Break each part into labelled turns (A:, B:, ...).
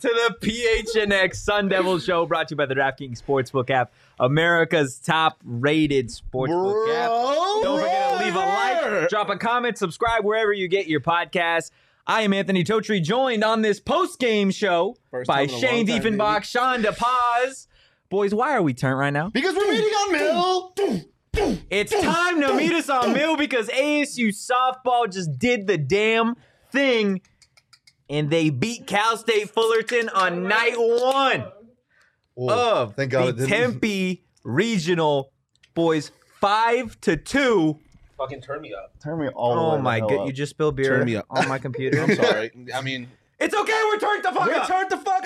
A: to the PHNX Sun Devil Show, brought to you by the DraftKings Sportsbook app, America's top-rated sportsbook app. Don't forget to leave a like, drop a comment, subscribe wherever you get your podcast. I am Anthony Totri, joined on this post-game show
B: First
A: by
B: time in a
A: Shane
B: long time,
A: Diefenbach, Sean DePaz. Boys, why are we turned right now?
B: Because we're meeting on Mill.
A: It's time to meet us on Mill because ASU softball just did the damn thing and they beat Cal State Fullerton on night one of
B: thank God it
A: the
B: didn't.
A: Tempe Regional Boys five to two.
C: Fucking turn me up.
B: Turn me all the way
A: Oh
B: the
A: my
B: hell
A: god,
B: up.
A: you just spilled beer
B: uh, Turn me up.
A: on my computer.
C: I'm sorry. I mean,
A: It's okay, we're turned the fuck
C: We're
A: up.
C: turned the fuck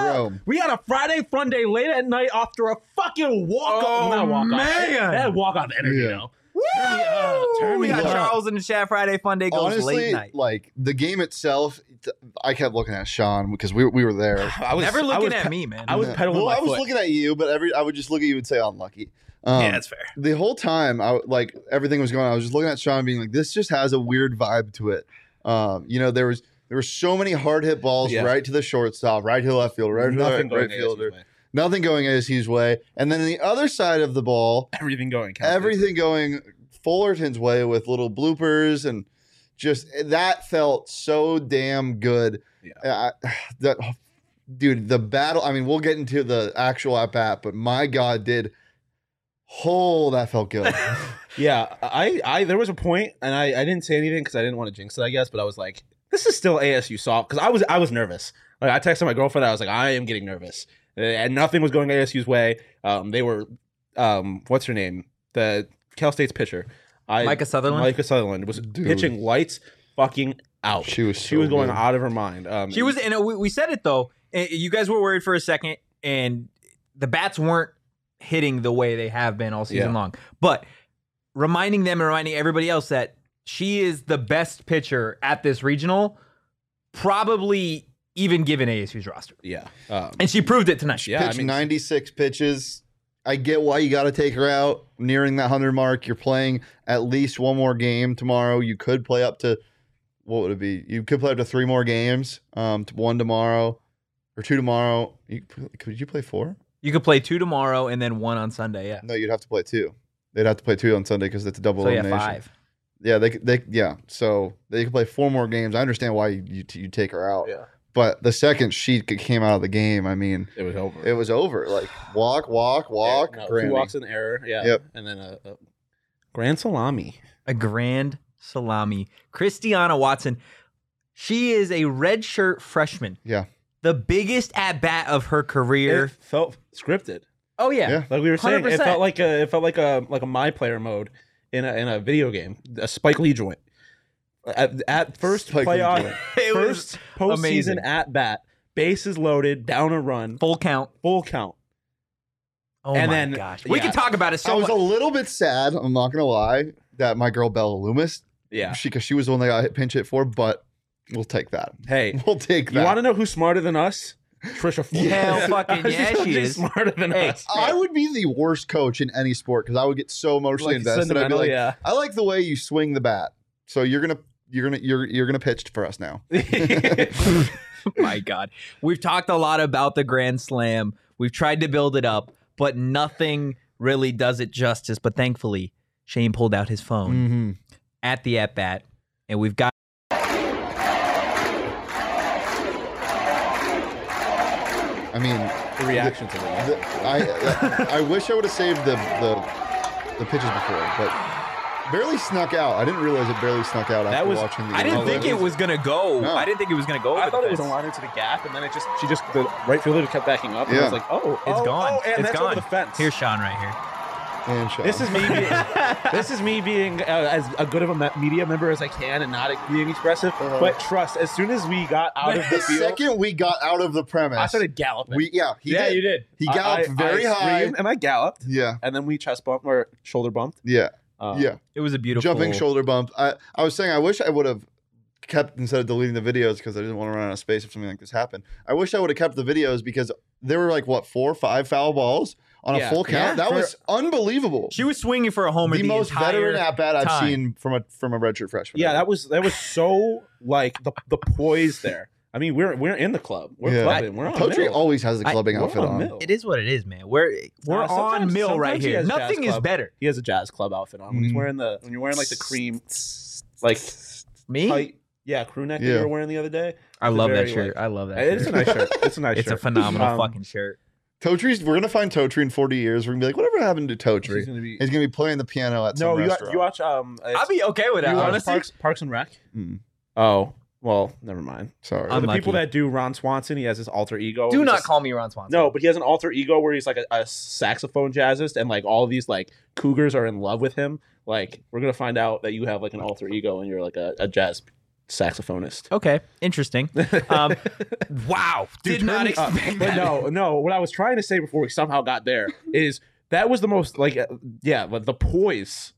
B: Bro,
D: We had a Friday fun day late at night after a fucking walk
A: Oh,
D: off. not walk off.
A: man.
D: That walk off energy
B: Yeah.
D: though.
A: Woo!
D: me up, turn
A: we
D: me
A: got
D: up.
A: Charles in the chat Friday Fun Day goes late
B: honestly,
A: night.
B: like the game itself, th- I kept looking at Sean because we, we were there.
C: I was
A: Never
D: I
A: looking
D: was
A: at
D: pe-
A: me, man.
D: I was
B: Yeah.
D: pedaling
B: Well,
D: my
B: I was
D: foot.
B: looking at you, but every I would just look at you and say unlucky. Um,
D: yeah, that's fair.
B: the whole time I like everything was going on, I was just looking at Sean being like, this just has a weird vibe to it. Um, you know, there was there were so many hard hit balls
C: Yeah.
B: right to the shortstop, right to the left fielder, right
C: nothing
B: to the right,
C: going ASU's
B: fielder,
C: way.
B: nothing going ASU's way. And then the other side of the ball,
C: Everything going. Cal State.
B: everything going Fullerton's way with little bloopers and just that felt so damn good. Yeah. that, dude, the battle. I mean, we'll get into the actual at bat, but my God, did. Oh, that felt good.
C: Yeah, I, I, there was a point, and I, I didn't say anything because I didn't want to jinx it, I guess. But I was like, this is still ASU soft because I was, I was nervous. Like I texted my girlfriend, I was like, I am getting nervous, Eh, and nothing was going ASU's way. Um, they were, um, what's her name, the Cal State's pitcher, I,
A: Micah Sutherland?
C: Micah Sutherland was
B: Dude.
C: pitching lights fucking out.
B: She was
C: she
B: so
C: was going
B: good.
C: out of her mind. Um,
A: She was, and uh, we, we said it though. and You guys were worried for a second, and the bats weren't hitting the way they have been all season
C: Yeah.
A: long. But reminding them and reminding everybody else that she is the best pitcher at this regional, probably even given ASU's roster,
C: yeah, um,
A: and she proved it tonight.
C: yeah. I
B: pitched
C: mean,
B: 96 pitches. I get why you got to take her out nearing that 100 mark. You're playing at least one more game tomorrow. You could play up to what would it be? You could play up to three more games. Um, to one tomorrow or two tomorrow. You, could you play four?
A: You could play two tomorrow and then one on Sunday. Yeah,
B: No, you'd have to play two. They'd have to play two on Sunday because it's a double
A: so yeah,
B: elimination.
A: five.
B: Yeah, they could- they yeah. So they could play four more games. I understand why you you take her out.
C: Yeah.
B: But the second she came out of the game, I mean,
C: it was over.
B: it was over. Like walk, walk, walk.
C: No,
B: granny.
C: two walks in error. Yeah,
B: Yep.
C: and then a, a grand salami.
A: a grand salami. Christiana Watson, she is a redshirt freshman.
B: Yeah.
A: The biggest at bat of her career.
C: It felt scripted.
A: oh yeah.
B: Yeah.
C: Like we were saying, it
A: 100%.
C: felt like a it felt like a like a my player mode in a in a video game, a Spike Lee joint. At, at first
B: Spike Lee
C: playoff,
B: joint.
A: It was
C: first postseason
A: amazing.
C: at bat, bases loaded, down a run,
A: full count.
C: full count.
A: Oh
C: And
A: my
C: then-
A: gosh. We
C: yeah.
A: can talk about it so
B: I was
A: much.
B: a little bit sad. I'm not gonna lie that my girl Bella Loomis,
C: Yeah.
B: she because she was the one that I hit pinch hit for, but we'll take that.
C: Hey,
B: We'll take
C: you
B: that.
C: want to know who's smarter than us? Trisha Fulton.
A: Hell fucking
C: She's
A: yeah, she is.
C: smarter than
A: Hey,
C: us.
B: I would be the worst coach in any sport because I would get so emotionally
C: Like,
B: invested. I'd be
C: sentimental,
B: like,
C: yeah.
B: I like the way you swing the bat. So you're gonna you're gonna you're you're gonna pitch for us now.
A: my God. We've talked a lot about the Grand Slam. We've tried to build it up, but nothing really does it justice. But thankfully, Shane pulled out his phone
B: Mm.
A: at the at bat, and we've got
B: I mean,
C: the reaction to that.
B: The- I I wish I would have saved the, the the pitches before, but barely snuck out. I didn't realize it barely snuck out after
C: was-
B: watching the.
A: I didn't
B: game.
A: think it was gonna go.
B: No.
A: I didn't think it was gonna go. Over
D: I thought
A: the
D: it was a
A: fence.
D: line into the gap, and then it just
C: She just the right fielder kept backing up, and I was
B: Yeah.
C: like, "Oh,
A: It's
C: oh,
A: gone.
C: Oh, and
A: It's
C: that's
A: gone.
C: over the fence.
A: Here's Sean right here.
B: And shot.
C: this is me. Being, this is me being uh, as a good of a me- media member as I can, and not being expressive. But trust, as soon as we got out of
B: the
C: the field,
B: Uh-huh. second we got out of the premise.
C: I started galloping.
B: we yeah he
C: yeah,
B: did.
C: you did.
B: He
C: I-
B: galloped
C: I-
B: very
C: I
B: high.
C: screamed, and I galloped,
B: Yeah,
C: and then we chest bumped or shoulder bumped.
B: yeah,
C: Uh,
B: yeah.
A: It was a beautiful
B: Jumping shoulder bump. I I was saying I wish I would have kept instead of deleting the videos because I didn't want to run out of space if something like this happened. I wish I would have kept the videos because there were like what four, or five foul balls on
C: Yeah.
B: a full count.
C: Yeah,
B: that
C: for-
B: was unbelievable.
A: She was swinging for a homer
B: the,
A: the,
B: most
A: entire
B: veteran at bat I've
A: time.
B: seen from a from a redshirt freshman.
C: Yeah, that was that was so like the the poise there. I mean, we're we're in the club. We're
B: Yeah.
C: clubbing. We're on
B: Totri
C: mill.
B: always has the
A: I-
B: clubbing
C: We're
B: outfit
C: on
B: on.
C: mill.
A: It is what it is, man. We're we're
C: Nah,
A: on
C: Uh, sometimes-
A: mill right
C: sometimes he
A: here.
C: has
A: Nothing
C: jazz
A: is
C: club.
A: better.
C: He has a jazz club outfit on when he's
B: Mm.
C: wearing the when you're wearing like the cream like
A: Me,
C: tight yeah crew neck that
B: Yeah.
C: you were wearing the other day.
A: I
C: It's
A: love
C: a
A: that
C: very,
A: shirt. I love that.
C: It's a
A: shirt.
C: nice shirt. It's a nice
A: It's
C: shirt.
A: a phenomenal
C: Um,
A: fucking shirt.
B: Totri's. We're gonna find Totri in forty years. We're gonna be like, whatever happened to Totri?
C: She's gonna be.
B: He's gonna be playing the piano at
C: No,
B: some
C: you,
B: restaurant.
C: you watch um. it's-
A: I'll be okay with
C: you
A: that.
C: watch
A: Honestly,
C: Parks, Parks and Rec.
B: Mm,
C: Oh well, never mind.
B: sorry.
A: I'm-
C: the people
A: Unlucky.
C: that do Ron Swanson, he has his alter ego.
A: do
C: He's
A: not
C: a-
A: call me Ron Swanson.
C: No, but he has an alter ego where he's like a, a saxophone jazzist, and like all these like cougars are in love with him. Like we're gonna find out that you have like an alter ego and you're like a, a jazz saxophonist.
A: Okay, interesting. Um, wow, did
C: turn
A: not
C: me up.
A: expect
C: But
A: that.
C: no, no. What I was trying to say before we somehow got there is that was the most like uh, yeah, but the poise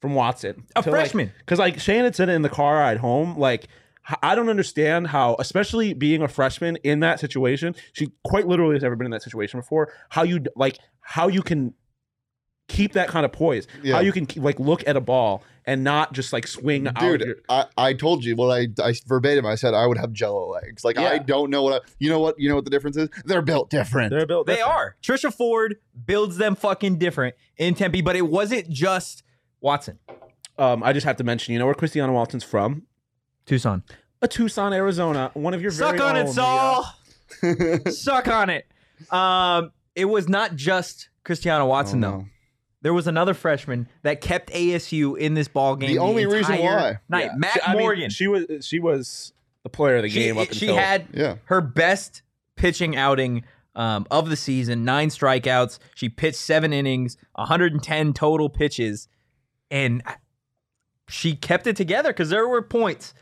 C: from Watson,
A: A
C: To, like,
A: freshman.
C: Because like Shane had said it in the car ride home, like h- I don't understand how, especially being a freshman in that situation, she quite literally has never been in that situation before. How you d- like how you can keep that kind of poise?
B: Yeah.
C: How you can keep, like look at a ball and not just like swing out. of
B: Dude,
C: your-
B: I, I told you what I, I verbatim I said I would have jello legs. Like
C: Yeah.
B: I don't know what I, you know what you know what the difference is? They're built different.
C: they're built.
A: They
C: different.
A: are. Trisha Ford builds them fucking different in Tempe, but it wasn't just Watson,
C: Um, I just have to mention, you know where Christiana Walton's from?
A: Tucson.
C: A Tucson, Arizona. One of your
A: Suck
C: very
A: on it,
C: own,
A: Saul. Suck on it. Um, it was not just Christiana Watson
B: Oh,
A: though.
B: no.
A: There was another freshman that kept ASU in this ball game.
B: The only reason
A: entire
B: why.
A: night.
C: Yeah.
A: Mac
C: She- I mean,
A: Morgan. she
C: she was she was the player of the game up
A: she
C: until
A: had
B: Yeah.
A: her best pitching outing um, of the season nine strikeouts she pitched seven innings 110 total pitches and I- she kept it together because there were points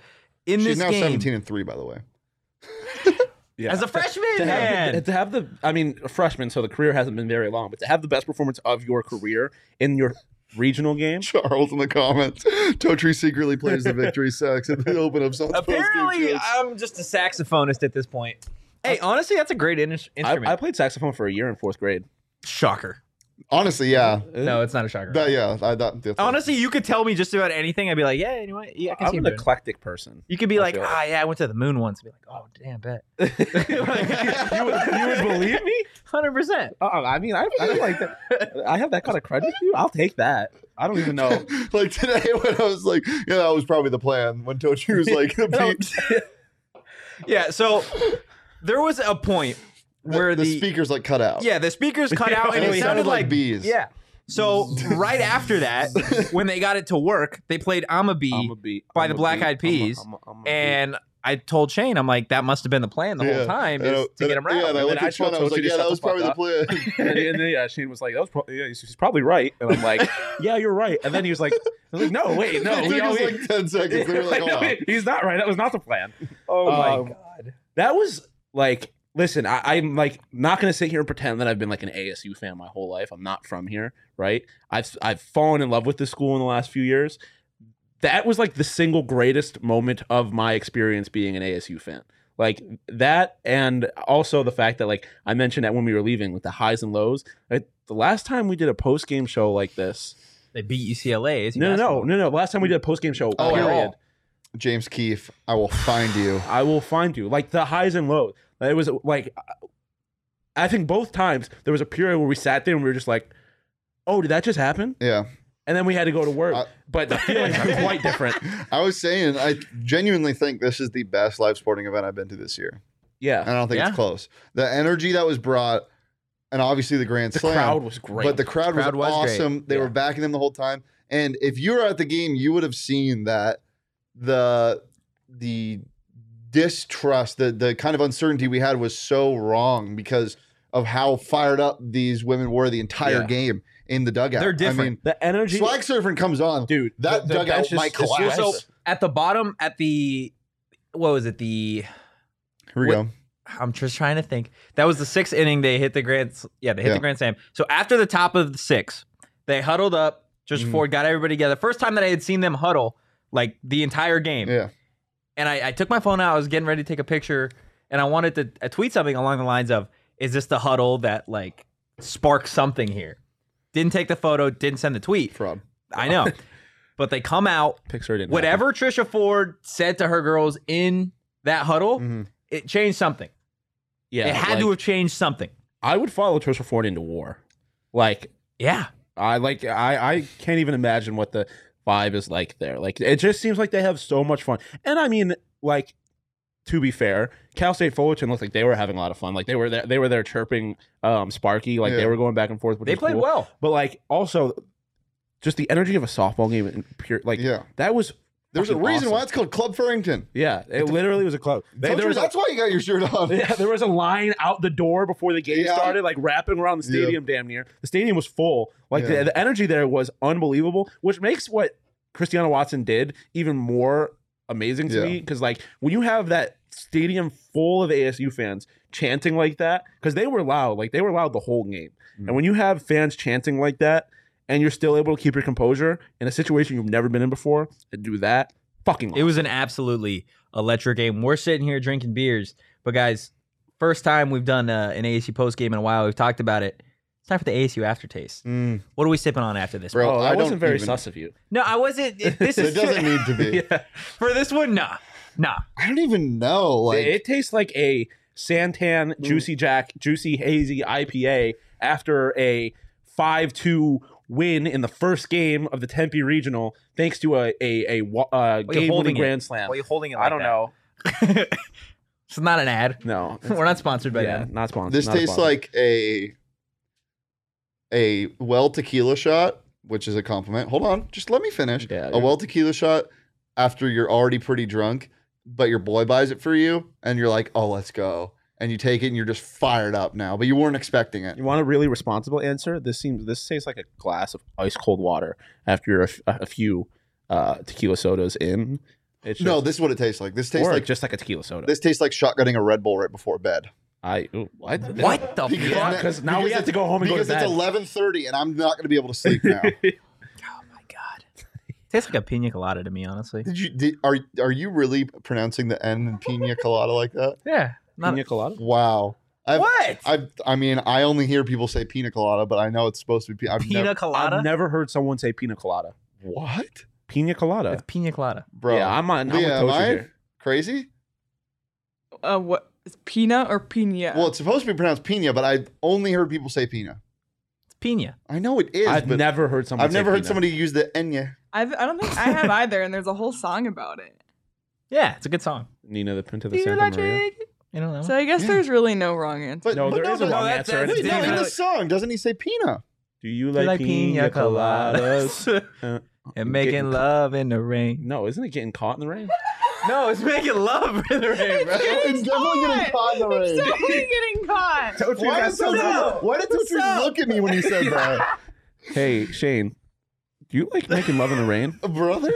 A: in
B: She's
A: this
B: now
A: game
B: 17 and 3 by the way.
C: yeah.
A: as a freshman
C: to have, the,
A: man.
C: to have the I mean a freshman, so the career hasn't been very long, but to have the best performance of your career in your regional game.
B: Charles in the comments. Totri secretly plays the victory sax at the open of South
A: apparently i'm just a saxophonist at this point hey honestly that's a great in-
C: I,
A: instrument
C: I played saxophone for a year in fourth grade.
A: shocker
B: Honestly, yeah.
A: no it's not a shocker
B: That yeah, I, that, that's-
A: honestly you could tell me just about anything i'd be like yeah anyway yeah i can see
C: I'm
A: him
C: an
A: doing it.
C: eclectic person.
A: you could be
C: I
A: like
C: feel it.
A: ah yeah i went to the moon once be like oh damn bet
C: you, would, you would believe me?
A: 100%
C: Uh, I mean, I, I like that. I have that kind of credit to you. I'll take that. I don't even know.
B: like today when I was like, yeah, that was probably the plan when Totri was like the
C: No.
B: beat,
A: Yeah, so there was a point where
B: the,
A: the,
B: speakers like cut out.
A: yeah the speakers cut out and, it sounded like
B: bees.
A: yeah. So right after that, when they got it to work, they played "I'm a Bee,"
C: I'm a beat
A: By
C: I'm
A: the
C: a
A: Black
C: beat.
A: Eyed
C: I'm a-
A: Peas,
C: I'm a- I'm a beat.
A: and I told Shane, I'm like, that must have been the plan the
B: Yeah.
A: whole time
B: And I-
A: is to
B: and
A: get
B: I-
A: him
B: Yeah,
A: around.
B: and I
C: And
B: looked
C: then I
B: at Sean. I
C: showed
B: was like,
C: Totri
B: yeah,
C: to
B: that was
C: shut the
B: probably the
C: fuck
B: plan.
C: and, and then yeah, Shane was like, "That was probably yeah, she's she's probably right," and I'm like, "Yeah, you're right." And then he was like, I was like "No, Oh, wait, no,
B: it
C: we
B: took us
C: always-
B: like ten seconds. They were like,
C: No,
B: "Oh, wow."
C: wait, he's not right. That was not the plan."
A: Oh
C: my
A: god!
C: That was like, listen, I, I'm like not gonna sit here and pretend that I've been like an ASU fan my whole life. I'm not from here, right? I've I've fallen in love with this school in the last few years. That was like the single greatest moment of my experience being an ASU fan. Like that, and also the fact that like I mentioned that when we were leaving with the highs and lows. Like, the last time we did a post game show like this,
A: They beat UCLA. Is
C: no, no, no, no, no. Last time we did a post game show,
B: Oh,
C: period.
B: yeah. James Keefe, I will find you.
C: I will find you. Like the highs and lows. It was like, I think both times there was a period where we sat there and we were just like, oh, did that just happen?
B: Yeah.
C: And then we had to go to work.
B: I-
C: but the feelings were quite different.
B: I was saying, I genuinely think this is the best live sporting event I've been to this year. And
C: Yeah.
B: I don't think
A: Yeah.
B: it's close. The energy that was brought, and obviously the Grand
C: The
B: Slam.
C: crowd was great.
B: But the crowd,
A: Crowd
B: was,
A: was great.
B: awesome. They
C: Yeah.
B: were backing them the whole time. And if you were at the game, you would have seen that the the distrust, the the kind of uncertainty we had was so wrong because of how fired up these women were the entire
C: Yeah.
B: game in the dugout.
A: They're
B: I
A: different.
B: mean,
C: the energy.
B: flag surfing comes on.
C: dude,
B: that
C: the, the
B: dugout
C: bench is-
B: might
C: it's just-
B: collapse.
A: So at the bottom, at the what was it? The
B: Here we
A: Wait,
B: go.
A: I'm just trying to think. That was the sixth inning. They hit the grand. Yeah, they hit
B: Yeah.
A: the grand slam. So after the top of the six, they huddled up. Just
B: Mhm.
A: Ford got everybody together. First time that I had seen them huddle like the entire game.
B: Yeah.
A: and I, I took my phone out. I was getting ready to take a picture, and I wanted to uh, tweet something along the lines of, "Is this the huddle that like sparks something here?" Didn't take the photo. Didn't send the tweet.
B: Fraud.
A: I know, but they come out.
C: Pixar didn't. happen.
A: Whatever Trisha Ford said to her girls in that huddle,
C: Mm-hmm.
B: Mhm.
A: it changed something.
C: Yeah,
A: it had
C: like,
A: to have changed something.
C: I would follow Trisha Ford into war. Like
A: Yeah.
C: I like I I can't even imagine what the vibe is like there. Like it just seems like they have so much fun. And I mean, like to be fair, Cal State Fullerton looked like they were having a lot of fun. Like they were there, they were there chirping um Sparky. Like
B: Yeah.
C: they were going back and forth. Which
A: They
C: was
A: played
C: cool.
A: well.
C: but like also just the energy of a softball game in pure like
B: Yeah.
C: that was
B: There's a
C: fucking
B: reason why
C: awesome.
B: it's called Club Farrington.
C: Yeah, it literally was a club. They-
B: Told
C: there
B: you,
C: was a-
B: that's why you got your shirt on.
C: Yeah, there was a line out the door before the game
B: Yeah.
C: started, like wrapping around the
B: Yeah.
C: stadium damn near. The stadium was full. Like
B: Yeah.
C: the, the energy there was unbelievable, which makes what Christiana Watson did even more amazing to
B: Yeah.
C: me. Cause like when you have that stadium full of ASU fans chanting like that, because they were loud, like they were loud the whole game.
B: Mm.
C: And when you have fans chanting like that and you're still able to keep your composure in a situation you've never been in before and do that, fucking
A: It was an absolutely electric game. We're sitting here drinking beers, but guys, first time we've done uh, an ASU post game in a while. We've talked about it. It's time for the ASU aftertaste.
B: Mm,
A: What are we sipping on after this?
B: bro,
C: Oh, that
B: I
C: wasn't
B: don't
C: very
B: even-
C: sus of you.
A: No, I wasn't. It, this
B: It
A: is
B: doesn't need to be.
C: Yeah.
A: for this one. Nah, nah.
B: I don't even know. Like, Mm.
C: it tastes like a Santan Juicy Jack Juicy Hazy IPA after a 5 2 win in the first game of the Tempe Regional, thanks to a, a, a, wa- uh
A: Why are you
C: game winning
A: holding it?
C: grand slam.
A: Why are you holding it?
C: I don't know.
A: know. it's not an ad.
C: No.
A: We're not sponsored by
C: yeah,
A: them.
C: not sponsored.
B: this
C: not a
B: tastes
C: sponsor.
B: like a a well tequila shot, which is a compliment. Hold on, just let me finish.
C: Yeah,
B: a
C: you're-
B: well tequila shot after you're already pretty drunk, but your boy buys it for you, and you're like, "Oh, let's go!" And you take it, and you're just fired up now, but you weren't expecting it.
C: You want a really responsible answer? This seems this tastes like a glass of ice cold water after you're a, f- a few uh, tequila sodas in. It's
B: no,
C: just-
B: this is what it tastes like. This tastes
C: or
B: like
C: just like a tequila soda.
B: this tastes like shotgunning a Red Bull right before bed.
C: I ooh, what?
A: What the
B: Because
A: fuck?
B: that-
C: Because now we
B: because
C: have to go home and go to
B: Because
C: bed.
B: it's eleven thirty, and I'm not going to be able to sleep now.
A: Oh my god. Tastes like a pina colada to me, honestly.
B: did you? Did, are are you really pronouncing the N in pina colada like that?
A: Yeah. Not,
C: Pina colada?
B: Wow. I've,
A: what?
B: I I mean, I only hear people say pina colada, but I know it's supposed to be. pi- I've
A: pina
B: never-
A: colada?
C: I've never heard someone say pina colada.
B: what,
C: Pina colada.
A: It's pina colada.
B: bro?
C: Yeah, I'm on. I'm
B: Leah,
C: yeah,
B: am
C: with
B: I
C: I? Here.
B: crazy?
E: Uh, what is pina or pina?
B: Well, it's supposed to be pronounced pina, but I've only heard people say pina.
A: It's pina.
B: I know it is,
C: I've
B: but
C: never heard someone.
B: I've never heard
C: say pina.
B: somebody use the enya.
E: I've, I don't think I have either, and there's a whole song about it.
A: Yeah, it's a good song.
C: Nina the Pinta
A: Do
C: the
A: you
C: Santa
A: like
C: Maria.
A: it? You know that
E: So I guess
B: Oh, Yeah.
E: there's really no wrong answer.
B: But
C: No,
B: but
C: there is a
A: no,
C: wrong
A: that's-
C: answer. and
A: that's
C: it's
B: Wait, no, in
C: Nina.
B: the song, doesn't he say pina?
C: Do you
A: Do
C: like,
A: you like pina
C: pina, coladas?
A: coladas?
C: Uh,
A: and making
C: getting-
A: love in the rain.
C: No, isn't it getting caught in the rain?
A: No, it's making love in the rain, bro.
B: It's definitely getting caught in the rain.
E: It's definitely getting caught.
B: Why did Totu- why did Totu look at me when he said that?
C: Hey Shane, do you like making love in the rain?
B: Brother?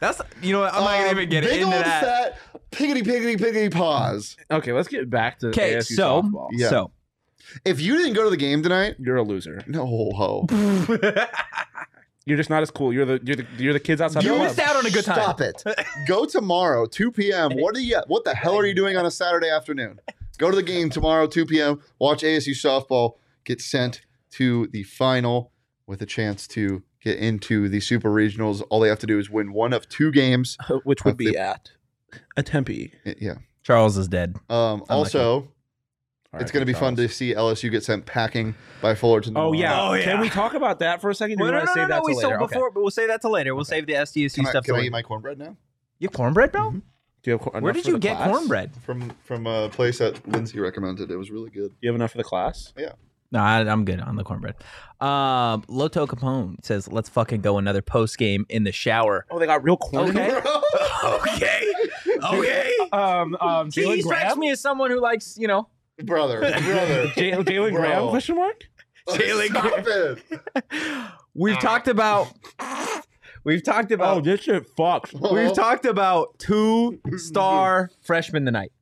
A: That's you know what? I'm not gonna even get
B: Um, big
A: into
B: old
A: that.
B: fat piggity piggity piggity paws.
C: Okay, let's get back to
A: 'Kay,
C: ASU
A: so-
C: softball.
B: Yeah.
A: So
B: If you didn't go to the game tonight,
C: You're a loser.
B: no ho.
C: You're just not as cool. You're the you're the you're the kids outside
A: You
C: the
A: missed
C: club.
A: out on a good time.
B: Stop it. Go tomorrow, 2 p.m. What are you? What the hell are you doing on a Saturday afternoon? Go to the game tomorrow, 2 p.m. Watch ASU softball get sent to the final with a chance to get into the super regionals. All they have to do is win one of two games.
C: Uh, Which would be at a Tempe.
B: Yeah.
A: Charles is dead.
B: Um, also, it's going to be
C: Alright,
B: fun to see LSU get sent packing by Fullerton. tomorrow.
C: Oh yeah.
A: Oh, yeah.
C: Can we talk about that for a second? Do
A: Well,
C: you
A: no,
C: want
A: no, no,
C: to save
A: no.
C: that
A: We
C: till
A: so
C: later? Okay.
A: before, but we'll save that till later. We'll save the SDSU
B: Can, I,
A: stuff.
B: can
A: till
B: I
A: later.
B: eat my cornbread now?
A: You have cornbread, bro?
C: Do you have cor-
A: Where
C: enough
A: did
C: for
A: you
C: the
A: get
C: class?
A: cornbread?
B: From from a place that Lindsay recommended. It was really good.
C: You have enough for the class?
A: No, I, I'm good on the cornbread. Um, Loto Capone says, "Let's fucking go another post game in the shower."
C: Oh, they got real corn.
A: Okay. okay. Okay.
C: Um, um,
A: He
C: Jalen
A: strikes
C: Graham.
A: me as someone who likes, you know,
B: brother, brother.
C: J- oh, Jalen
B: Bro.
C: Graham? Question mark.
A: Jalen
B: Stop it.
A: we've talked about Oh, we've talked
C: Oh,
A: about
C: this shit fucks.
A: we've talked about two star freshmen tonight.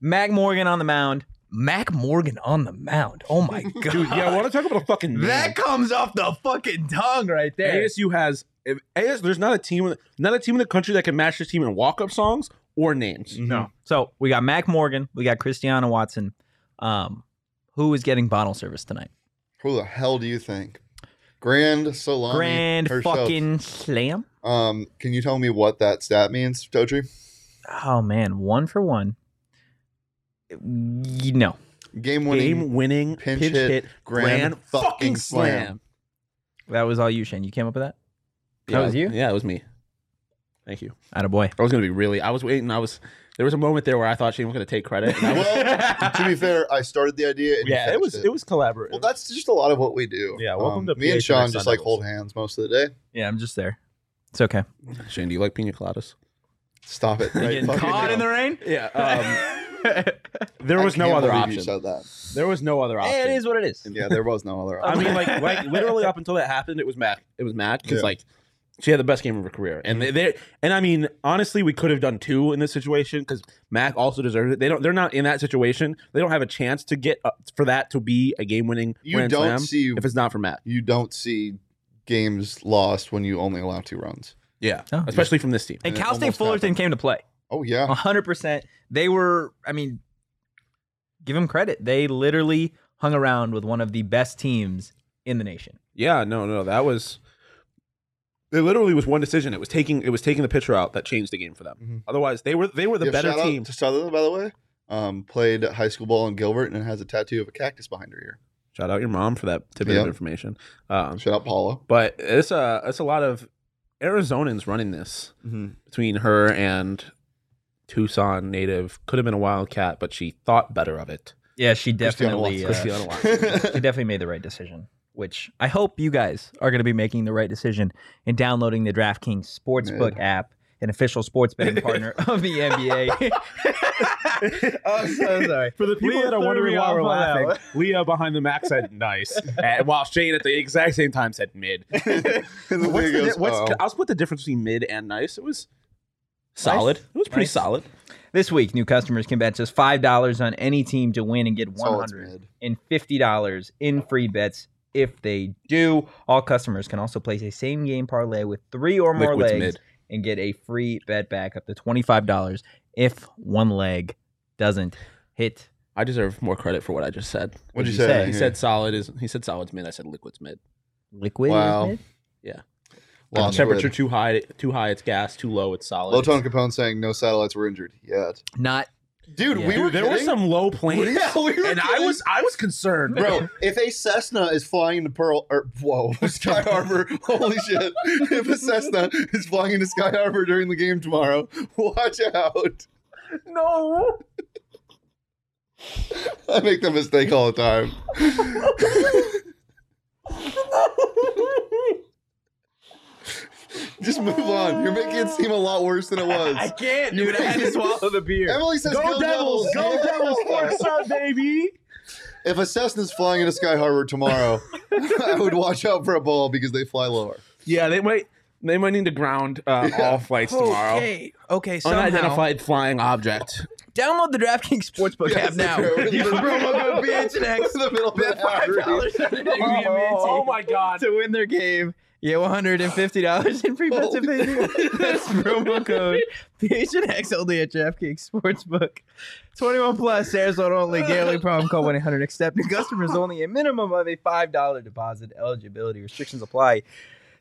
A: Mac Morgan on the mound. Mac Morgan on the mound. Oh my god.
C: Dude, yeah, I want to talk about a fucking
A: that comes off the fucking tongue right there.
C: ASU has. If AS, there's not a team, in- not a team in the country that can match this team in walk-up songs or names.
D: No.
A: So we got Mac Morgan, we got Christiana Watson. Um, who is getting bottle service tonight?
B: Who the hell do you think? Grand Salami.
A: Grand
B: herself.
A: fucking slam.
B: Um, can you tell me what that stat means, Dodri?
A: Oh man, one for one. You know,
B: Game winning.
C: Game winning
B: pinch
C: pinch,
B: hit,
C: hit,
B: grand
C: grand,
B: fucking
C: fucking slam.
B: slam.
A: that was all you, Shane. You came up with that? That was you?
C: Yeah, it was me. Thank you.
A: Atta boy.
C: I was gonna be really. I was waiting. I was. There was a moment there where I thought Shane was gonna take credit. and I was-
B: well, to be fair, I started the idea. And you
C: yeah, it
B: finished
C: was. It was collaborative.
B: Well, that's just a lot of what we do. Um,
C: Yeah, welcome to
B: me and
C: PHNX
B: Sean just
C: Sundays.
B: like hold hands most of the day.
A: Yeah, I'm just there. It's okay.
C: Shane, do you like pina coladas?
B: Stop it! Right
A: Getting
B: fucking
A: caught
B: now.
A: in the rain.
C: Yeah. Um, there
B: I
C: was no
B: can't
C: other
B: believe You
C: option.
B: said that.
C: There was no other option.
A: it is what it is.
B: Yeah, there was no other
C: I
B: option.
C: mean, like, like literally up until that happened, it was Mac. It was Mac because
B: Yeah.
C: like she had the best game of her career, and they, they and I mean, honestly, we could have done two in this situation because Mac also deserves it. They don't. They're not in that situation. They don't have a chance to get up for that to be a game winning.
B: You don't
C: slam
B: see-
C: if it's not for Mac.
B: you don't see games lost when you only allow two runs.
C: Yeah,
A: Oh.
C: especially from this team.
A: And
B: it
A: Cal State
B: almost
A: Fullerton came to play.
B: Oh yeah,
A: 100%. They were, I mean, give them credit. They literally hung around with one of the best teams in the nation.
C: Yeah, no, no, that was. It literally was one decision. It was taking it was taking the pitcher out that changed the game for them.
B: Mhm.
C: Otherwise, they were they were the
B: Yeah,
C: better
B: shout out
C: team.
B: to Sutherland, by the way, um, played high school ball in Gilbert and has a tattoo of a cactus behind her ear.
C: Shout out your mom for that tidbit
B: Yeah.
C: of information. Um,
B: Shout out Paula.
C: but it's a it's a lot of Arizonans running this between her and Tucson native. Could have been a Wildcat, but she thought better of it.
A: Yeah, she
B: Christiana
A: definitely, uh,
B: Watson.
A: she
C: Christiana Watson.
A: definitely made the right decision, which I hope you guys are going to be making the right decision in downloading the DraftKings Sportsbook app, an official sports betting partner of the NBA. I'm so sorry.
C: For the
A: people that are wondering why we're laughing,
C: Leah behind the Mac said nice, and while Shane at the exact same time said mid.
B: And the
C: What's
B: wig
C: the,
B: goes,
C: di- what's,
B: "Oh."
C: I'll split the difference between mid and nice. It was solid. It was pretty
A: Nice.
C: solid.
A: This week, new customers can bet just $5 on any team to win and get
B: So it's
A: 100
B: mid.
A: and fifty dollars in free bets if they do. All customers can also place a same game parlay with three or more
C: Liquid's
A: legs
C: mid.
A: and get a free bet back up to twenty five dollars if one leg doesn't hit.
C: I deserve more credit for what I just said.
B: What'd you
A: you say?
B: say?
C: He
B: Yeah.
C: said solid is he said solid's mid. I said liquid's mid.
A: Liquid
B: Wow.
A: is mid?
B: Lost
C: temperature
B: lid.
C: too high, too high it's gas. Too low it's solid.
B: Low tone Capone saying no satellites were injured yet.
A: not
B: Dude,
A: Yeah.
B: we were
C: Dude, there were
B: kidding?
C: some low planes,
B: Yeah, we were
C: and I
B: kidding.
C: was I was concerned,
B: Bro, if a Cessna is flying into Pearl, or whoa, Sky Harbor, holy shit! If a Cessna is flying into Sky Harbor during the game tomorrow, watch out!
C: No,
B: I make that mistake all the time. Just move on. You're making it seem a lot worse than it was.
A: can't, dude. I had to swallow the beer.
B: Emily says, "Go, Devils! Go Devils!
C: up, baby.
B: If a Cessna's flying into Sky Harbor tomorrow, I would watch out for a ball because they fly lower.
C: Yeah, they might they might need to ground uh, all flights tomorrow.
A: Okay, okay.
C: Oh,
A: Somehow,
C: Unidentified flying object.
A: download the DraftKings Sportsbook
B: Yes,
A: app now.
B: bro.
A: Use promo code
B: In
A: BHNX.
B: the middle of
A: Bet
B: the
A: five
B: hour.
A: dollars on any NBA team.
C: god!
A: to win their game. Yeah, one hundred and fifty dollars in free bets if they do. That's promo code PHNX only at DraftKings Sportsbook. Twenty-one plus, Arizona only. Gambling problem? Call one eight hundred. Accept new customers only. A minimum of a five dollar deposit. Eligibility restrictions apply.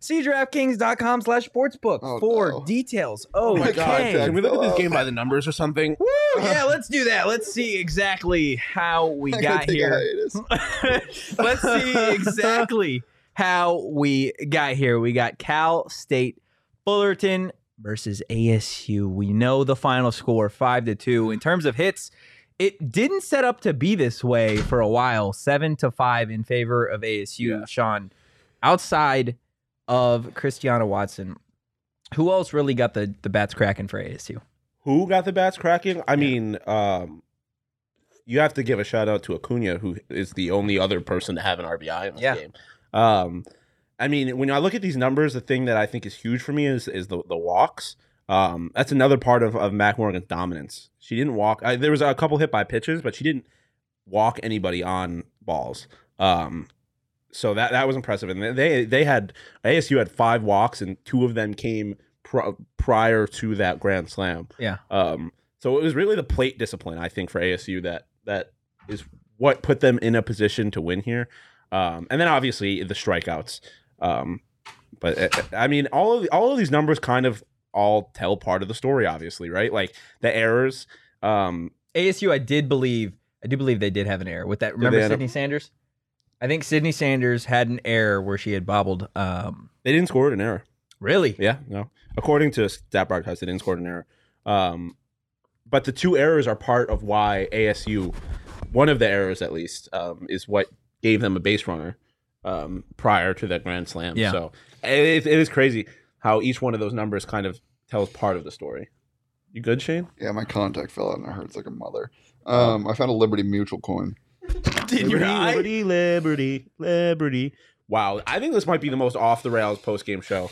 A: See DraftKings.com slash sportsbook
B: Oh,
A: for
B: no.
A: details. Oh,
B: my
A: my
B: God,
A: okay.
C: Can we look at this game by the numbers or something?
A: Woo, yeah, let's do that. Let's see exactly how we
B: I gotta
A: got
B: take a
A: here.
B: hiatus.
A: Let's see exactly how we got here. We got Cal State Fullerton versus ASU. We know the final score, five to two. In terms of hits, it didn't set up to be this way for a while. Seven to five in favor of ASU. Sean, outside of Christiana Watson, who else really got the the bats cracking for ASU?
C: Who got the bats cracking? I mean, um, you have to give a shout out to Acuna, who is the only other person to have an RBI in this
A: Yeah.
C: game. Um, I mean, when I look at these numbers, the thing that I think is huge for me is is the the walks. Um, that's another part of of Mac Morgan's dominance. She didn't walk. I, there was a couple hit by pitches, but she didn't walk anybody on balls. Um, so that that was impressive. And they they had ASU had five walks, and two of them came pr- prior to that Grand Slam.
A: Yeah.
C: Um, so it was really the plate discipline, I think, for ASU that that is what put them in a position to win here. Um, and then obviously the strikeouts. Um, but uh, I mean, all of all of these numbers kind of all tell part of the story, obviously, right? Like the errors. Um,
A: ASU, I did believe, I do believe they did have an error with that. Remember
C: they end up-
A: Sydney Sanders? I think Sydney Sanders had an error where she had bobbled. Um,
C: they didn't score an error.
A: really?
C: Yeah, no. According to stat broadcast, they didn't score an error. Um, but the two errors are part of why ASU, one of the errors at least, um, is what gave them a base runner um, prior to that grand slam.
A: Yeah.
C: So it, it is crazy how each one of those numbers kind of tells part of the story. You good, Shane?
B: Yeah, my contact fell out and it hurts like a mother. Um, I found a Liberty Mutual coin.
A: Did
C: liberty, liberty, liberty, liberty. Wow, I think this might be the most off the rails post game show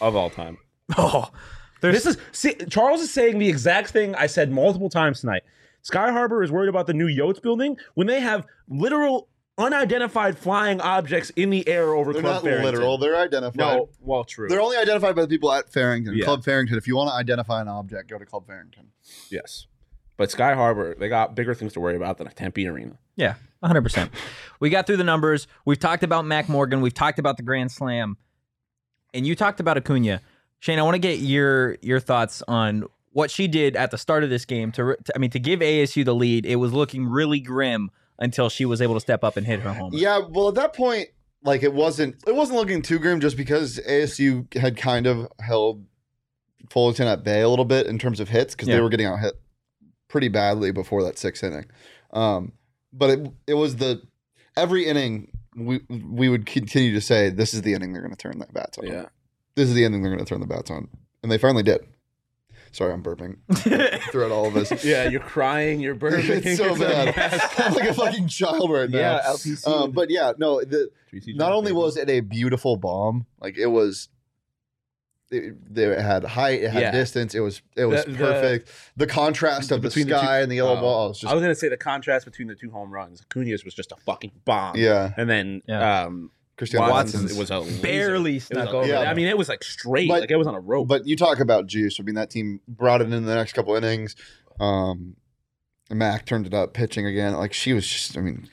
C: of all time.
A: Oh,
C: This is see, Charles is saying the exact thing I said multiple times tonight. Sky Harbor is worried about the new Yotes building when they have literal unidentified flying objects in the air over
B: They're
C: Club
B: not
C: Farrington.
B: literal. They're identified.
C: No, well, true.
B: They're only identified by the people at Farrington,
C: Yeah.
B: Club Farrington. If you want to identify an object, go to Club Farrington.
C: yes, but Sky Harbor they got bigger things to worry about than a Tempe arena.
A: yeah, 100%. we got through the numbers. We've talked about Mac Morgan. We've talked about the Grand Slam. And you talked about Acuna. Shane, I want to get your your thoughts on what she did at the start of this game to, re- to I mean to give ASU the lead. It was looking really grim until she was able to step up and hit her home.
B: Yeah, well, at that point, like it wasn't it wasn't looking too grim just because ASU had kind of held Fullerton at bay a little bit in terms of hits because
A: Yeah.
B: they were getting out hit pretty badly before that sixth inning. Um, but it it was the every inning we we would continue to say this is the inning they're going to turn that bats on. this is the ending they're going to turn the bats on. And they finally did. Sorry, I'm burping throughout all of this.
C: yeah, you're crying, you're burping.
B: it's so bad. I'm like a fucking child right now.
C: Yeah, LPC.
B: Um, but yeah, no, the, not only was it a beautiful bomb, like it was. It, they- it had height, it had
C: Yeah.
B: distance. It was it was
C: The- the-
B: perfect. The contrast of the sky
C: Between the two-
B: and the yellow
C: Oh.
B: ball was just
C: I was gonna say the contrast between the two home runs. Acuna's was just a fucking bomb.
B: yeah.
C: And then um,
B: Christian
C: Watson's,
B: Watson's,
C: it was a laser.
A: Barely
C: It was
A: snuck
C: a-
A: over
B: Yeah.
C: I mean, it was like straight,
B: But-
C: like it was on a rope.
B: But you talk about juice. I mean, that team brought it in the next couple innings. Um, Mac turned it up pitching again. Like she was just. I mean,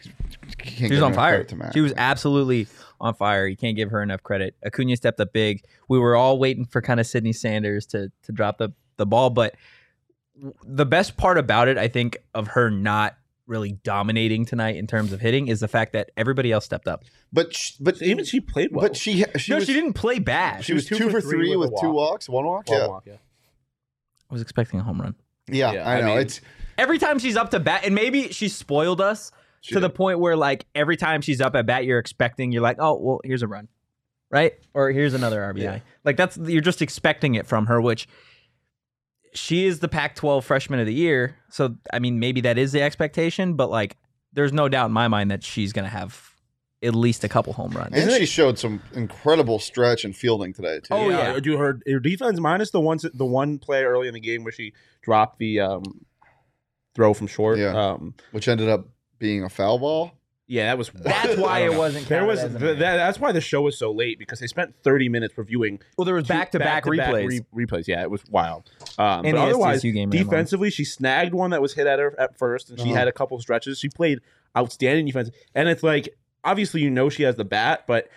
B: can't
A: She
B: give
A: was on
B: enough
A: fire.
B: credit To Mac.
A: She was absolutely on fire. You can't give her enough credit. Acuna stepped up big. We were all waiting for kind of Sydney Sanders to to drop the the ball, but the best part about it, I think, of her not really dominating tonight in terms of hitting is the fact that everybody else stepped up.
B: But sh- but
C: even she played well.
B: but she she
A: no,
B: was,
A: she didn't play bad.
B: She was, two for three, with,
C: a
B: two
C: walk.
B: walks, one walk.
C: Long
B: yeah.
C: walk, yeah.
A: I was expecting a home run.
B: yeah,
C: Yeah,
B: I
C: I
B: know.
C: mean-
B: it's
A: Every time she's up to bat, and maybe she spoiled us to the point where like every time she's up at bat, you're expecting you're like, oh well, here's a run, right? Or here's another RBI.
C: Yeah.
A: Like that's you're just expecting it from her, which she is the Pac-12 Freshman of the Year. So I mean, maybe that is the expectation, but like there's no doubt in my mind that she's gonna have at least a couple home runs.
B: and she showed some incredible stretch and fielding today too.
A: Oh, yeah.
C: You heard her defense minus the ones the one play early in the game where she dropped the um, throw from short.
B: Yeah.
C: Um,
B: which ended up being a foul ball.
C: yeah, that was
A: That's why
C: I don't
A: it
C: know.
A: wasn't.
C: There
A: counted
C: was
A: as a
C: th-
A: man.
C: that, that's why the show was so late because they spent 30 minutes reviewing
A: well, there was
C: two-
A: back-to-back replays.
C: re- replays. Yeah, it was wild. Um,
A: And the
C: but otherwise,
A: SDSU game ran long.
C: defensively, she snagged one that was hit at her at first, and she
B: Uh-huh.
C: had a couple stretches. She played outstanding defense, and it's like obviously you know she has the bat, but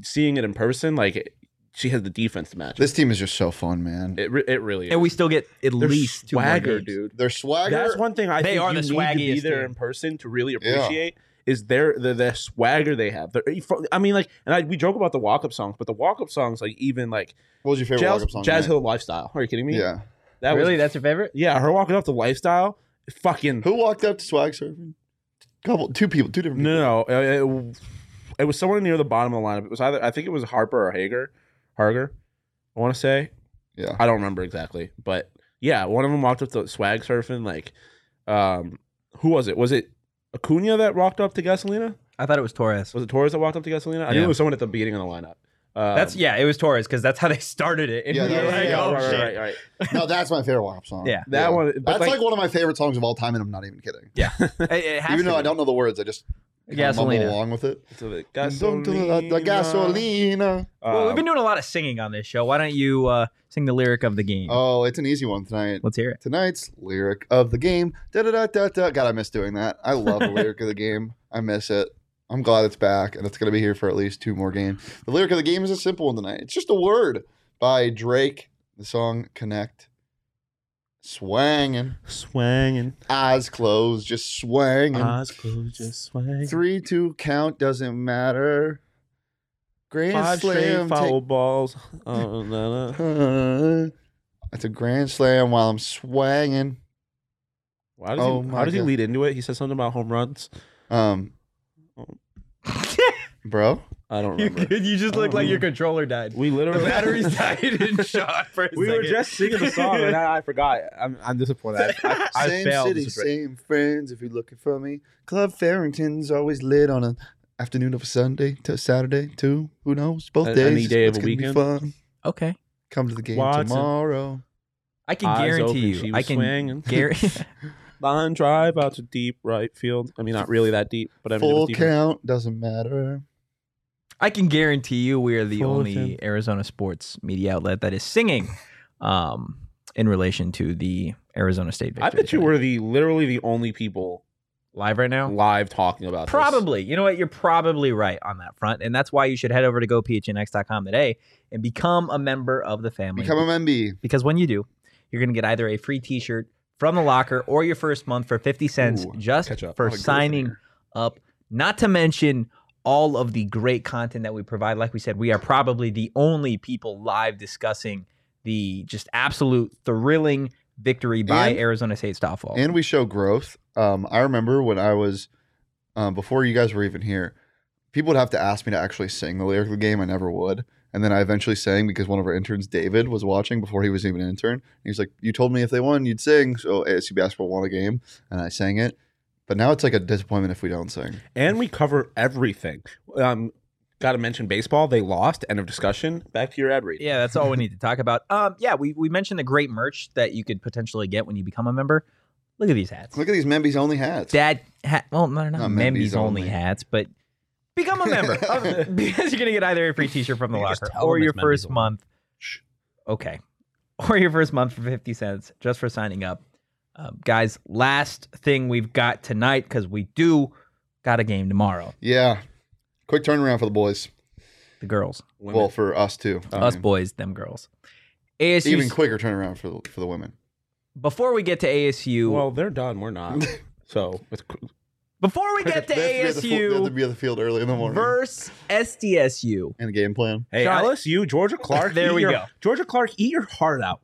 C: seeing it in person, like she has the defense to match. it.
B: This team is just so fun, man.
C: it, re- it really
A: and
C: is.
A: we still get at
C: They're
A: least two more
C: swagger,
A: games.
C: dude.
B: Their swagger.
C: That's one thing I
A: They
C: think
A: are the
C: you need to be
A: swaggiest
C: there
A: team.
C: in person to really
B: Yeah.
C: appreciate. Is their the, the swagger they have? Their- I mean, like, and I, we joke about the walk up songs, but the walk up songs, like, even like
B: What was your favorite
C: Jazz,
B: walk-up song?
C: Jazz
B: man?
C: Hill lifestyle. Are you kidding me?
B: Yeah.
C: that was
A: really, that's your favorite?
C: Yeah, her walking up the lifestyle, fucking
B: Who walked up to swag surfing? Couple, two people, two different. people.
C: no, no, no. It, it was somewhere near the bottom of the lineup. It was either I think it was Harper or Hager, Harger. I want to say
B: Yeah.
C: I don't remember exactly, but yeah, one of them walked up to swag surfing. Like, um, who was it? Was it Acuna that walked up to Gasolina?
A: I thought it was Torres.
C: Was it Torres that walked up to Gasolina? I knew
A: Yeah.
C: it was someone at the beginning of the lineup. Um,
A: That's yeah, it was Torres because that's how they started it.
B: Yeah,
A: we
B: that
A: were
B: was-
A: like,
B: yeah,
A: oh,
C: right,
A: shit.
C: right, right, right.
B: No, that's my favorite walk-up song.
A: Yeah.
C: That one, but
B: That's like, one of my favorite songs of all time, and I'm not even kidding.
A: It- it has
B: Even
A: to
B: though I
A: be.
B: don't know the words, I just Mumble
A: Gasolina.
B: along with it.
C: So the
B: Dun, dun, dun, dun, Gasolina.
A: Well, we've been
C: um,
A: doing a lot of singing on this show. Why don't you uh, sing the lyric of the game?
B: Oh, it's an easy one tonight.
A: Let's hear it.
B: Tonight's lyric of the game. Da da da da da. God, I miss doing that. I love the lyric of the game. I miss it. I'm glad it's back, and it's gonna be here for at least two more games. The lyric of the game is a simple one tonight. It's just a word by Drake. The song "Connect." Swanging,
C: swanging,
B: eyes closed, just swanging.
C: eyes closed, just swanging.
B: Mm. Three two count doesn't matter. Grand
C: Five straight
B: slam. take-
C: foul balls. Oh, no, no.
B: Uh, It's a grand slam while I'm swanging.
C: Why does
B: Oh
C: he,
B: my
C: how does he
B: God.
C: lead into it? He says something about home runs.
B: Um, bro.
C: I don't remember.
A: you just
C: look like your
A: controller died.
C: we literally
A: died in shot for a
C: We were just singing the song and I, I forgot. I'm, I'm disappointed. I, I, I
B: same
C: failed.
B: city,
C: This is right.
B: same friends. If you're looking for me, Club Farrington's always lit on an afternoon of a Sunday to Saturday too. Who knows? Both
C: A-
B: days.
C: any day of
B: It's
C: a
B: gonna be
C: weekend.
B: fun.
A: okay.
B: Come to the game
C: Watson.
B: tomorrow.
A: I can
C: Eyes open,
A: guarantee
C: she
A: you.
C: was
A: I can
C: swinging.
A: guarantee.
C: Line drive out to deep right field. I mean, not really that deep, but I mean, it was
B: Full
C: deep.
B: count doesn't matter.
A: I can guarantee you we are the
C: Full
A: only
C: attempt.
A: Arizona sports media outlet that is singing um, in relation to the Arizona State victory.
C: I bet you
A: tonight.
C: were the literally the only people
A: live right now.
C: live talking about this.
A: Probably. You know what? You're probably right on that front. And that's why you should head over to gophnx.com today and become a member of the family.
B: Become a MB.
A: because when you do, you're going to get either a free t shirt from the locker or your first month for 50 cents
C: Ooh,
A: just
C: ketchup.
A: for
C: What a good
A: signing
C: thing.
A: up. Not to mention all of the great content that we provide. Like we said, we are probably the only people live discussing the just absolute thrilling victory by
B: And-
A: Arizona State Stoffel.
B: and we show growth. Um, I remember when I was um, before you guys were even here, people would have to ask me to actually sing the lyric of the game. I never would, and then I eventually sang because one of our interns, David, was watching before he was even an intern. He was like, "You told me if they won, you'd sing." So ASU basketball won a game, and I sang it. But now it's like a disappointment if we don't sing.
C: and we cover everything. Um, got to mention baseball. They lost. End of discussion. Back to your ad read.
A: Yeah, that's all we need to talk about. Um, yeah, we, we mentioned the great merch that you could potentially get when you become a member. Look at these hats.
B: Look at these Membies only hats.
A: Dad hat. Well, no, they're not
B: Not
A: Membies
B: Membies
A: only
B: only.
A: hats, but become a member of- because you're gonna get either a free T-shirt from the
C: You just
A: locker
C: tell
A: or
C: them
A: your
C: it's Membies
A: first
C: only.
A: month. Okay, or your first month for fifty cents just for signing up, um, guys. Last thing we've got tonight because we do got a game tomorrow.
B: Yeah, quick turnaround for the boys.
A: The girls,
C: Women.
B: Well, for us too. I
A: us
B: mean,
A: boys, them girls. ASU.
B: even quicker turnaround for the, for the women.
A: before we get to ASU,
C: well, they're done. We're not. So it's cr-
A: before we get to
B: They have to be at the fo- they have to
A: ASU
B: be at the field early in the morning.
A: versus SDSU.
B: and a game plan.
C: hey,
A: John-
C: LSU, Georgia Clark.
A: There
C: eat
A: we
C: your-
A: go.
C: Georgia Clark, eat your heart out,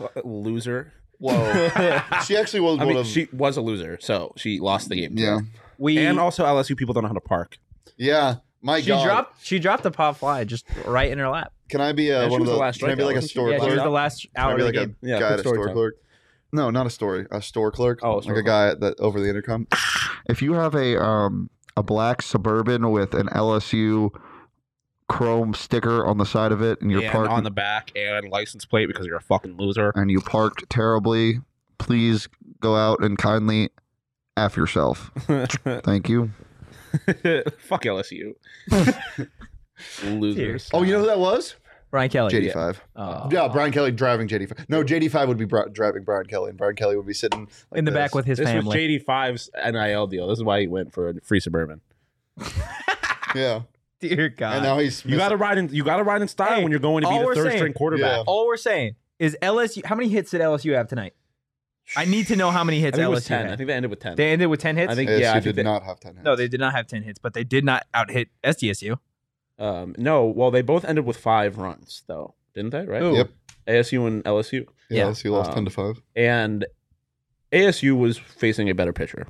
C: uh, loser.
B: Whoa. she actually was
C: I
B: one
C: mean,
B: of
C: she was a loser, so she lost the game.
B: yeah
A: We
C: And oh also, LSU people don't know how to park.
B: yeah. My
A: she
B: God,
A: dropped she dropped a pop fly just right in her lap.
B: can I be uh,
C: Yeah, she
B: one of
C: was
B: the,
C: the last
B: can I be
C: strikeout,
B: like a
C: wasn't she?
B: store
A: Yeah,
C: Or
A: she was
B: clerk?
A: the last
B: Can I
A: hour
B: be
A: of
B: like
A: the
B: a
A: game.
B: guy
C: Yeah, quick
B: at a
C: story
B: store
C: time.
B: clerk? No, not a story. A store clerk.
C: Oh, a
B: like
C: store
B: a guy that over the intercom. If you have a um a black suburban with an LSU chrome sticker on the side of it, and
C: and on the back and license plate because you're a fucking loser.
B: and you parked terribly, please go out and kindly f yourself.
C: Fuck
B: Thank you.
C: LSU. Losers.
B: Oh, you know who that was?
A: Brian
C: Uh,
A: Kelly.
B: JD five.
A: Oh.
B: Yeah, Brian Kelly driving JD five. No, JD five would be bri- driving Brian Kelly, and Brian Kelly would be sitting like
A: in the
B: this.
A: back with his
C: This was
A: family.
C: JD 5's NIL deal. This is why he went for a free suburban.
B: Yeah,
A: Dear God.
B: and now he's
C: You got to ride in. You got to ride in style
A: Hey,
C: when you're going to be
A: all
C: the
A: we're
C: third
A: saying-
C: string quarterback.
B: Yeah.
A: All we're saying is LSU how many hits did LSU have tonight? I need to know how many
C: I
A: hits
C: think it
A: LSU
C: was ten.
A: had.
C: I think they ended with ten.
A: they ended with ten hits?
C: I think
B: ASU
C: yeah. I
B: did
C: think they,
B: not have ten hits.
A: no, they did not have ten hits, but they did not outhit SDSU.
C: um, no. Well, they both ended with five runs though, didn't they? Right.
A: Who?
B: Yep.
C: ASU and LSU,
A: yeah.
B: Yeah, LSU lost
C: Um,
B: ten to five.
C: and ASU was facing a better pitcher.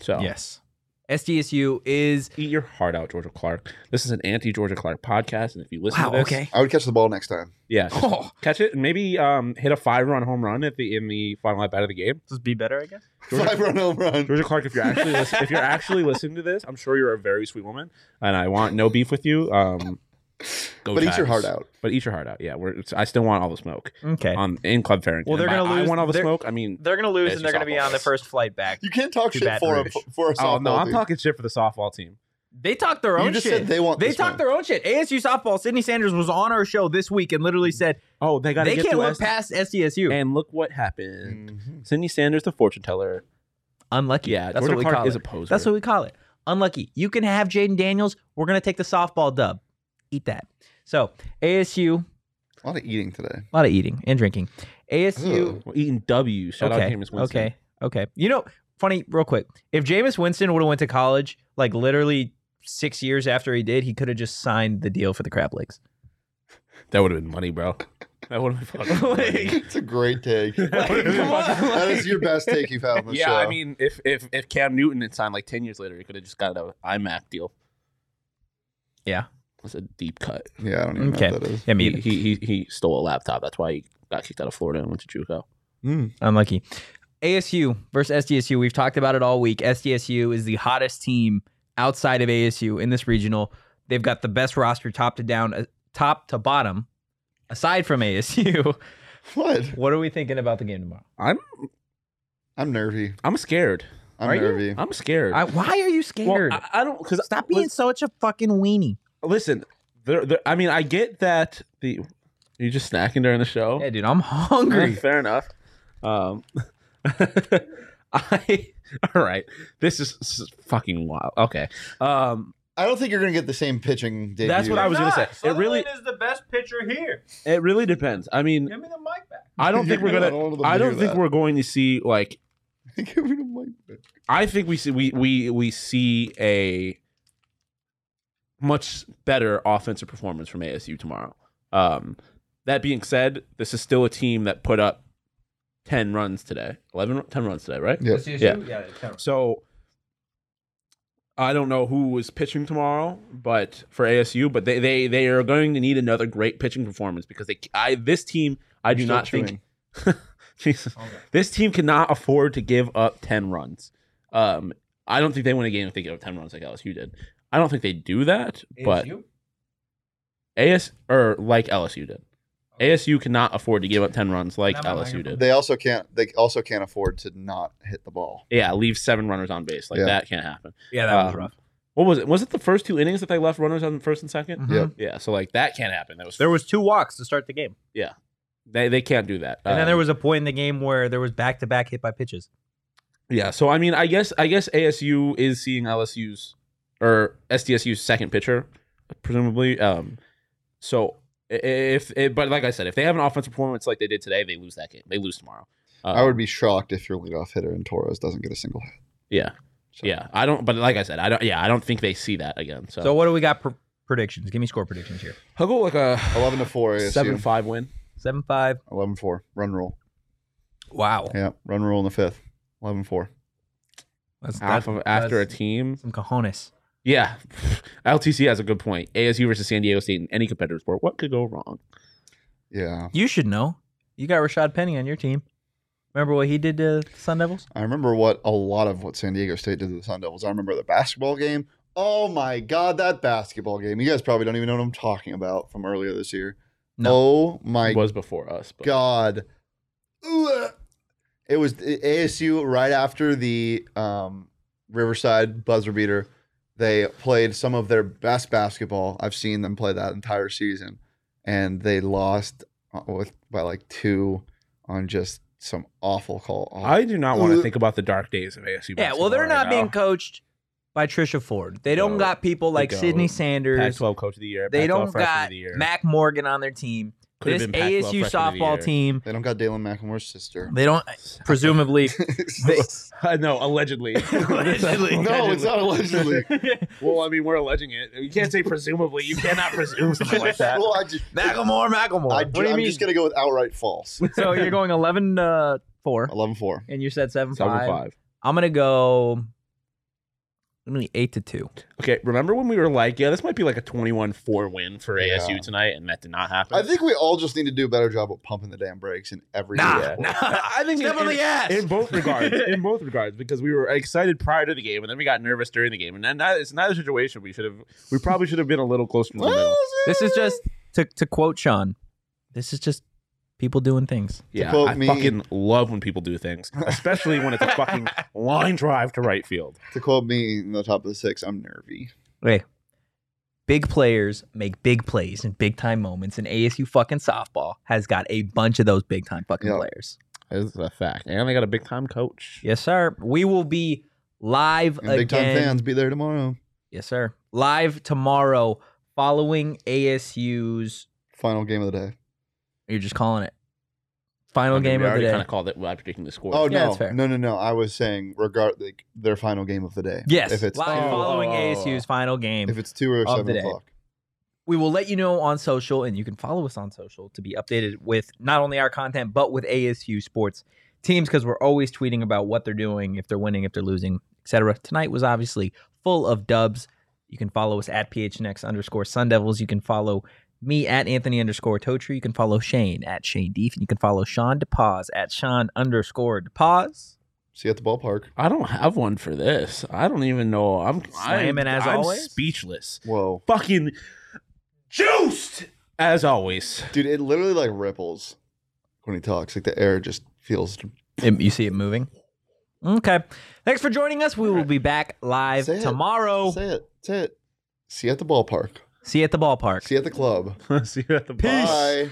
C: So
A: Yes. SDSU is
C: eat your heart out, Georgia Clark. This is an anti Georgia Clark podcast, and if you listen
A: Wow,
C: to this,
A: okay.
B: I would catch the ball next time.
C: yeah, just
A: Oh,
C: catch it and maybe um, hit a five run home run at the in the final at bat of the game.
A: this would be better, I guess.
C: Georgia-
B: Five run home run.
C: Georgia Clark, if you're actually listen, if you're actually listening to this, I'm sure you're a very sweet woman, and I want no beef with you. Um, Go
B: but eat your
C: Tigers.
B: heart out.
C: But eat your heart out. Yeah, we're, it's- I still want all the smoke
A: Okay.
C: on in Club Farrington.
A: Well, they're
C: And by
A: gonna
C: I
A: lose-
C: want all the
A: they're-
C: smoke. I mean,
A: They're gonna lose,
C: That's
A: and they're
C: just
A: gonna be on the
C: softball.
A: first flight back.
B: You can't talk
A: To
B: shit
A: Baton
B: for a
A: Rouge.
B: for a softball.
C: oh no, I'm
B: dude.
C: talking shit for the softball team.
A: They talk their
B: You
A: own
B: just
A: shit.
B: said they want
A: They
B: this
A: talk
B: one.
A: their own shit. ASU softball. Sydney Sanders was on our show this week and literally said
C: Oh, they got
A: they
C: to get
A: can't
C: to
A: look
C: SD
A: past E SDSU.
C: And look what happened. Cindy Sanders, the fortune teller.
A: Unlucky.
C: Yeah,
A: that's
C: Jordan
A: what we
C: Clark
A: call
C: is
A: it.
C: a poser.
A: That's what we call it. Unlucky. You can have Jaden Daniels. We're gonna take the softball dub. Eat that. So ASU,
B: A lot of eating today.
A: a lot of eating and drinking. ASU.
B: Ugh.
C: We're eating W. Shout out James Winston.
A: Okay. Okay. You know, funny, real quick. If Jameis Winston would have went to college, like literally six years after he did, he could have just signed the deal for the crab legs.
C: That would have been money, bro. That would have been fucking money.
B: It's a great take.
C: That would've been fucking
B: that
C: money.
B: is your best take you've had on the
C: yeah,
B: show.
C: I mean, if if if Cam Newton had signed like ten years later, he could have just got an IMAC deal.
A: Yeah.
C: that's a deep cut.
B: yeah, I don't even
A: Okay.
B: know what that is.
A: I
C: He,
A: mean,
C: he he he stole a laptop. That's why he got kicked out of Florida and went to JUCO.
B: Hmm.
A: unlucky. ASU versus SDSU. We've talked about it all week. SDSU is the hottest team outside of ASU in this regional. They've got the best roster top to down, uh, top to bottom, aside from ASU.
B: What?
A: what are we thinking about the game tomorrow?
C: I'm
B: I'm nervy.
C: I'm scared.
B: I'm
A: Are you?
B: nervy.
C: I'm scared.
A: I, why are you scared?
C: well, I, I don't because
A: Stop being such a fucking weenie.
C: Listen, there, there, I mean, I get that the you just snacking during the show.
A: Yeah, dude, I'm hungry.
C: Uh, Fair enough. Um, I all right. This is, this is fucking wild. Okay. Um,
B: I don't think you're gonna get the same pitching debut.
C: That's what I was gonna say. It really
D: is the best pitcher here.
C: it really depends. I mean,
D: Give me the mic back.
C: I don't think we're
B: I
C: gonna.
B: don't want them to
C: I
B: do
C: don't think
B: that.
C: we're going to see like.
B: Give me the mic.
C: I think we see we we we see a much better offensive performance from ASU tomorrow. Um, that being said, this is still a team that put up ten runs today, 11, 10 runs today, right?
B: Yeah.
C: Yeah. So I don't know who is pitching tomorrow, but for ASU, but they they they are going to need another great pitching performance because they I this team I do
B: You're still
C: not
B: chewing.
C: think Jesus this team cannot afford to give up ten runs. Um, I don't think they win a game if they give up ten runs like LSU did. I don't think they do that, but AS or like LSU did. ASU cannot afford to give up ten runs like LSU did.
B: They also can't. They also can't afford to not hit the ball.
C: Yeah, leave seven runners on base like
B: Yeah.
C: that can't happen.
A: Yeah,
C: Um, What was it? Was it the first two innings that they left runners on first and 2nd
B: Yep.
C: Yeah, so like that can't happen. That was
A: Mm-hmm. There was two walks to start the game,
C: they they can't do that.
A: and
C: Um,
A: then there was a point in the game where there was back to back hit by pitches.
C: yeah. So I mean, I guess I guess ASU is seeing LSU's or SDSU's second pitcher, presumably. Um, so i- i- if, if but like I said, if they have an offensive performance like they did today, they lose that game. They lose tomorrow. Uh,
B: I would be shocked if your leadoff hitter in Torres doesn't get a single hit.
C: Yeah.
B: So-
C: Yeah, I don't. But like I said, I don't. Yeah, I don't think they see that again. So,
A: So what do we got? Pr- predictions? Give me score predictions here.
C: I'll go like a
B: Eleven to four. ASU.
C: seven five win.
A: Seven five.
B: 11-4. Run rule.
A: Wow.
B: Yeah. Run rule in the fifth. 11-4.
A: That's,
C: Half
A: that-
C: of after a
A: that's
C: team.
A: some cojones.
C: Yeah, LTC has a good point. ASU versus San Diego State in any competitive sport, what could go wrong?
B: Yeah.
A: You should know. You got Rashad Penny on your team. Remember what he did to the Sun Devils?
B: I remember what a lot of what San Diego State did to the Sun Devils. I remember the basketball game. Oh my God, that basketball game. You guys probably don't even know what I'm talking about from earlier this year. Oh my
C: It was before us. But.
B: God. Ugh. It was ASU right after the um, Riverside buzzer beater. They played some of their best basketball. I've seen them play that entire season, and they lost uh, with by like two on just some awful call. Oh,
C: I do not want to think about the dark days of ASU.
A: Yeah. Well, they're not being
C: co-
A: coached by Trisha Ford. They don't
C: No.
A: got people like
C: don't.
A: Sidney Sanders.
C: Pac-12 coach of the year.
A: They
C: Pac-12
A: don't
C: freshman
A: got
C: of the year.
A: Mac Morgan on their team.
C: Could have
A: this
C: been
A: ASU
C: Pac-12 freshman of the
A: softball
C: year.
A: team.
B: they don't got Dalen McLemore's sister.
A: They don't presumably. they-
C: I know, allegedly.
A: Allegedly.
B: no, it's not allegedly.
C: well, I mean, we're alleging it. You can't say presumably. You cannot presume something like that.
B: well, I just,
A: Macklemore, Macklemore.
B: I,
A: what do you
B: am
A: mean?
B: just gonna go with outright false.
A: so you're going 11 uh, 4,
B: 11-4.
A: and you said 7
C: Seven
A: 5.
C: five.
A: I'm going to go Only eight to two.
C: Okay, remember when we were like, yeah, this mimight be like a 21-4 win for ASU tonight, and that did not happen.
B: I think we all just need to do a better job of pumping the damn brakes in every. sport.
C: I think
A: Step on the ass.
C: in both regards, in both regards, because we were excited prior to the game, and then we got nervous during the game, and then neither, it's neither situation. We should have, we probably should have been a little closer to the middle.
A: This is just to to quote Sean. This is just people doing things.
C: Yeah,
B: quote
C: I
B: me-
C: fucking love when people do things, especially when it's a fucking line drive to right field.
B: To quote me in the top of the six, I'm nervy.
A: Hey, big players make big plays in big time moments, and ASU fucking softball has got a bunch of those big time fucking
B: Yeah.
A: players.
C: That's a fact, and they got a big time coach.
A: Yes, sir. We will be live
B: And
A: again.
B: big time fans be there tomorrow.
A: Yes, sir. Live tomorrow following ASU's.
B: Final game of the day.
A: You're just calling it final game
C: we
A: of the
C: already
A: day.
C: kind of called it by predicting the score.
B: Oh
A: Yeah,
B: no,
A: that's fair.
B: no, no, no! I was saying regard like, their final game of the day.
A: yes,
B: if it's
A: live
B: two,
A: following
C: Oh.
A: ASU's final game.
B: if it's two or
A: of the
B: seven
A: day.
B: o'clock.
A: we will let you know on social, and you can follow us on social to be updated with not only our content but with ASU sports teams because we're always tweeting about what they're doing, if they're winning, if they're losing, etc. Tonight was obviously full of dubs. You can follow us at phnx underscore Sun Devils. You can follow me at Anthony underscore Totri. You can follow Shane at Shane Deef, and you can follow Sean DePaz at Sean underscore DePaz.
B: See you at the ballpark.
C: I don't have one for this. I don't even know. I'm
A: Slamming
C: I'm,
A: as
C: I'm
A: always?
C: Speechless.
B: Whoa,
C: Fucking juiced as always.
B: dude! It literally like ripples when he talks. Like the air just feels.
A: It- you see it moving. Okay. Thanks for joining us. We will be back live
B: Say it.
A: tomorrow.
B: Say it. Say it. See you at the ballpark.
A: See you at the ballpark.
B: See you at the club.
C: See you at the
B: Bye.